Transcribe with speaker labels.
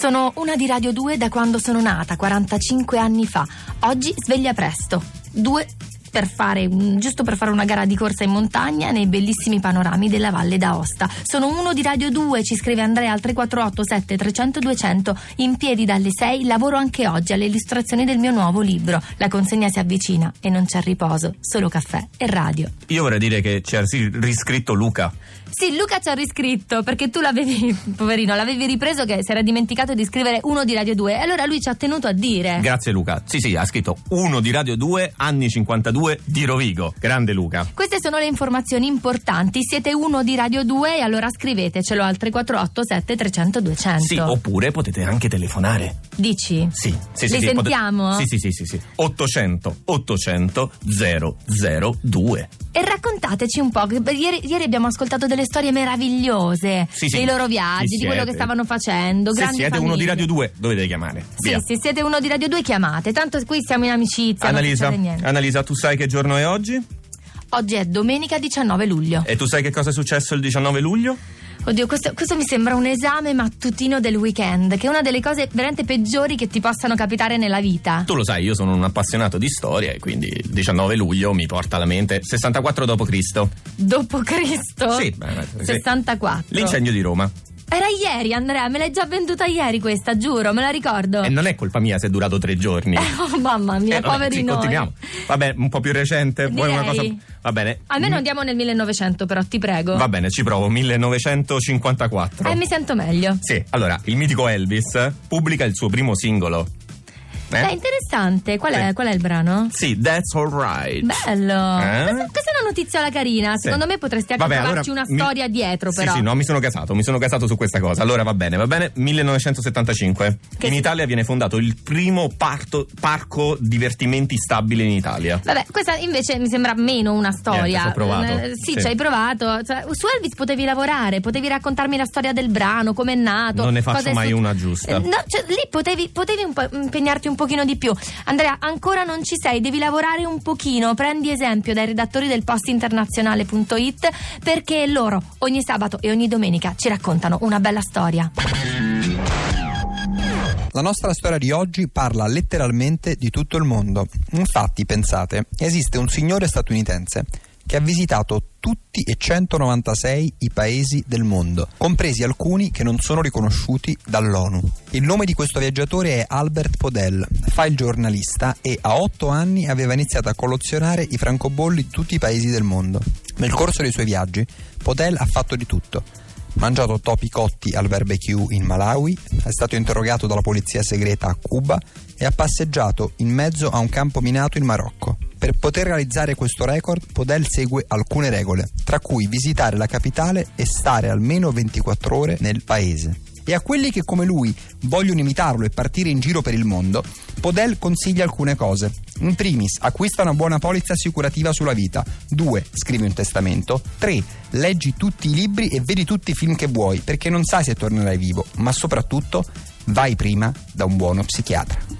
Speaker 1: Sono una di Radio 2 da quando sono nata, 45 anni fa. Oggi sveglia presto. Due per fare, un- giusto per fare una gara di corsa in montagna nei bellissimi panorami della Valle d'Aosta. Sono uno di Radio 2, ci scrive Andrea al 3487 300 200, in piedi dalle 6, lavoro anche oggi alle illustrazioni del mio nuovo libro. La consegna si avvicina e non c'è riposo, solo caffè e radio.
Speaker 2: Io vorrei dire che ci ha ris- riscritto Luca.
Speaker 1: Sì, Luca ci ha riscritto perché tu l'avevi, poverino, l'avevi ripreso che si era dimenticato di scrivere uno di Radio 2 e allora lui ci ha tenuto a dire.
Speaker 2: Grazie Luca. Sì, sì, ha scritto uno di Radio 2, anni 52 di Rovigo. Grande Luca.
Speaker 1: Queste sono le informazioni importanti. Siete uno di Radio 2 e allora scrivetecelo al 348 7300 200.
Speaker 2: Sì, oh. oppure potete anche telefonare.
Speaker 1: Dici?
Speaker 2: Sì, sì, sì.
Speaker 1: Li
Speaker 2: sì, pote-
Speaker 1: sentiamo?
Speaker 2: Sì, sì, sì, sì, sì. 800 800 002.
Speaker 1: E raccontateci un po'. che- beh, Ieri, ieri abbiamo ascoltato delle storie meravigliose
Speaker 2: Sì, sì.
Speaker 1: dei loro
Speaker 2: Chi
Speaker 1: viaggi, di
Speaker 2: siete?
Speaker 1: quello che stavano facendo.
Speaker 2: Se
Speaker 1: grandi
Speaker 2: siete uno di
Speaker 1: famiglie.
Speaker 2: Radio 2, dovete chiamare.
Speaker 1: Sì,
Speaker 2: Via.
Speaker 1: sì, siete uno di Radio 2 chiamate, tanto qui siamo in amicizia. non
Speaker 2: Annalisa,
Speaker 1: succede niente.
Speaker 2: Annalisa, tu sai che giorno è oggi?
Speaker 1: Oggi è domenica 19 luglio.
Speaker 2: E tu sai che cosa è successo il 19 luglio?
Speaker 1: Oddio, questo, questo mi sembra un esame mattutino del weekend, che è una delle cose veramente peggiori che ti possano capitare nella vita.
Speaker 2: Tu lo sai, io sono un appassionato di storia e quindi il 19 luglio mi porta alla mente 64 d.C.
Speaker 1: Dopo Cristo?
Speaker 2: Sì, beh, sì.
Speaker 1: 64.
Speaker 2: L'incendio di Roma.
Speaker 1: Era ieri, Andrea, me l'hai già venduta ieri questa, giuro, me la ricordo.
Speaker 2: E non è colpa mia se è durato tre giorni.
Speaker 1: Eh, oh, mamma mia,
Speaker 2: Eh, vabbè,
Speaker 1: poveri
Speaker 2: sì,
Speaker 1: noi.
Speaker 2: Continuiamo. Vabbè, un po' più recente. Vuoi una cosa?
Speaker 1: Direi.
Speaker 2: Va bene. Mm,
Speaker 1: Almeno andiamo nel 1900, però, ti prego.
Speaker 2: Va bene, ci provo. 1954.
Speaker 1: Eh, mi sento meglio.
Speaker 2: Sì, allora, il mitico Elvis pubblica il suo primo singolo. Eh?
Speaker 1: È interessante. Qual è,
Speaker 2: Sì.
Speaker 1: qual è il brano?
Speaker 2: Sì, That's Alright.
Speaker 1: Bello.
Speaker 2: Eh?
Speaker 1: Questa, questa è una notizia alla carina.
Speaker 2: Sì.
Speaker 1: Secondo me potresti anche
Speaker 2: Vabbè,
Speaker 1: trovarci
Speaker 2: allora,
Speaker 1: una
Speaker 2: mi-
Speaker 1: storia dietro,
Speaker 2: Sì,
Speaker 1: però.
Speaker 2: sì, no, mi sono casato, mi sono casato su questa cosa. Allora va bene, va bene. 1975.
Speaker 1: Che
Speaker 2: in
Speaker 1: sì.
Speaker 2: Italia viene fondato il primo parto- parco divertimenti stabile in Italia.
Speaker 1: Vabbè, questa invece mi sembra meno una storia.
Speaker 2: Niente, c'ho provato.
Speaker 1: Eh, sì,
Speaker 2: Sì.
Speaker 1: ci hai provato. Cioè, su Elvis potevi lavorare, potevi raccontarmi la storia del brano, com'è nato.
Speaker 2: Non ne faccio
Speaker 1: cosa è
Speaker 2: mai
Speaker 1: suc-
Speaker 2: una giusta.
Speaker 1: Eh, No, cioè, lì potevi, potevi un po' impegnarti un pochino di più. Andrea, ancora non ci sei, devi lavorare un pochino. Prendi esempio dai redattori del postinternazionale.it perché loro ogni sabato e ogni domenica ci raccontano una bella storia.
Speaker 3: La nostra storia di oggi parla letteralmente di tutto il mondo. Infatti, pensate, esiste un signore statunitense che ha visitato tutti e 196 i paesi del mondo, compresi alcuni che non sono riconosciuti dall'ONU. Il nome di questo viaggiatore è Albert Podell, fa il giornalista e a 8 anni aveva iniziato a collezionare i francobolli di tutti i paesi del mondo. Nel corso dei suoi viaggi, Podell ha fatto di tutto mangiato topi cotti al barbecue in Malawi, è stato interrogato dalla polizia segreta a Cuba e ha passeggiato in mezzo a un campo minato in Marocco. Per poter realizzare questo record, Podel segue alcune regole, tra cui visitare la capitale e stare almeno 24 ore nel paese. E a quelli che come lui vogliono imitarlo e partire in giro per il mondo, Podel consiglia alcune cose. In primis, acquista una buona polizza assicurativa sulla vita. 2. Scrivi un testamento. 3. Leggi tutti i libri e vedi tutti i film che vuoi, perché non sai se tornerai vivo, ma soprattutto vai prima da un buono psichiatra.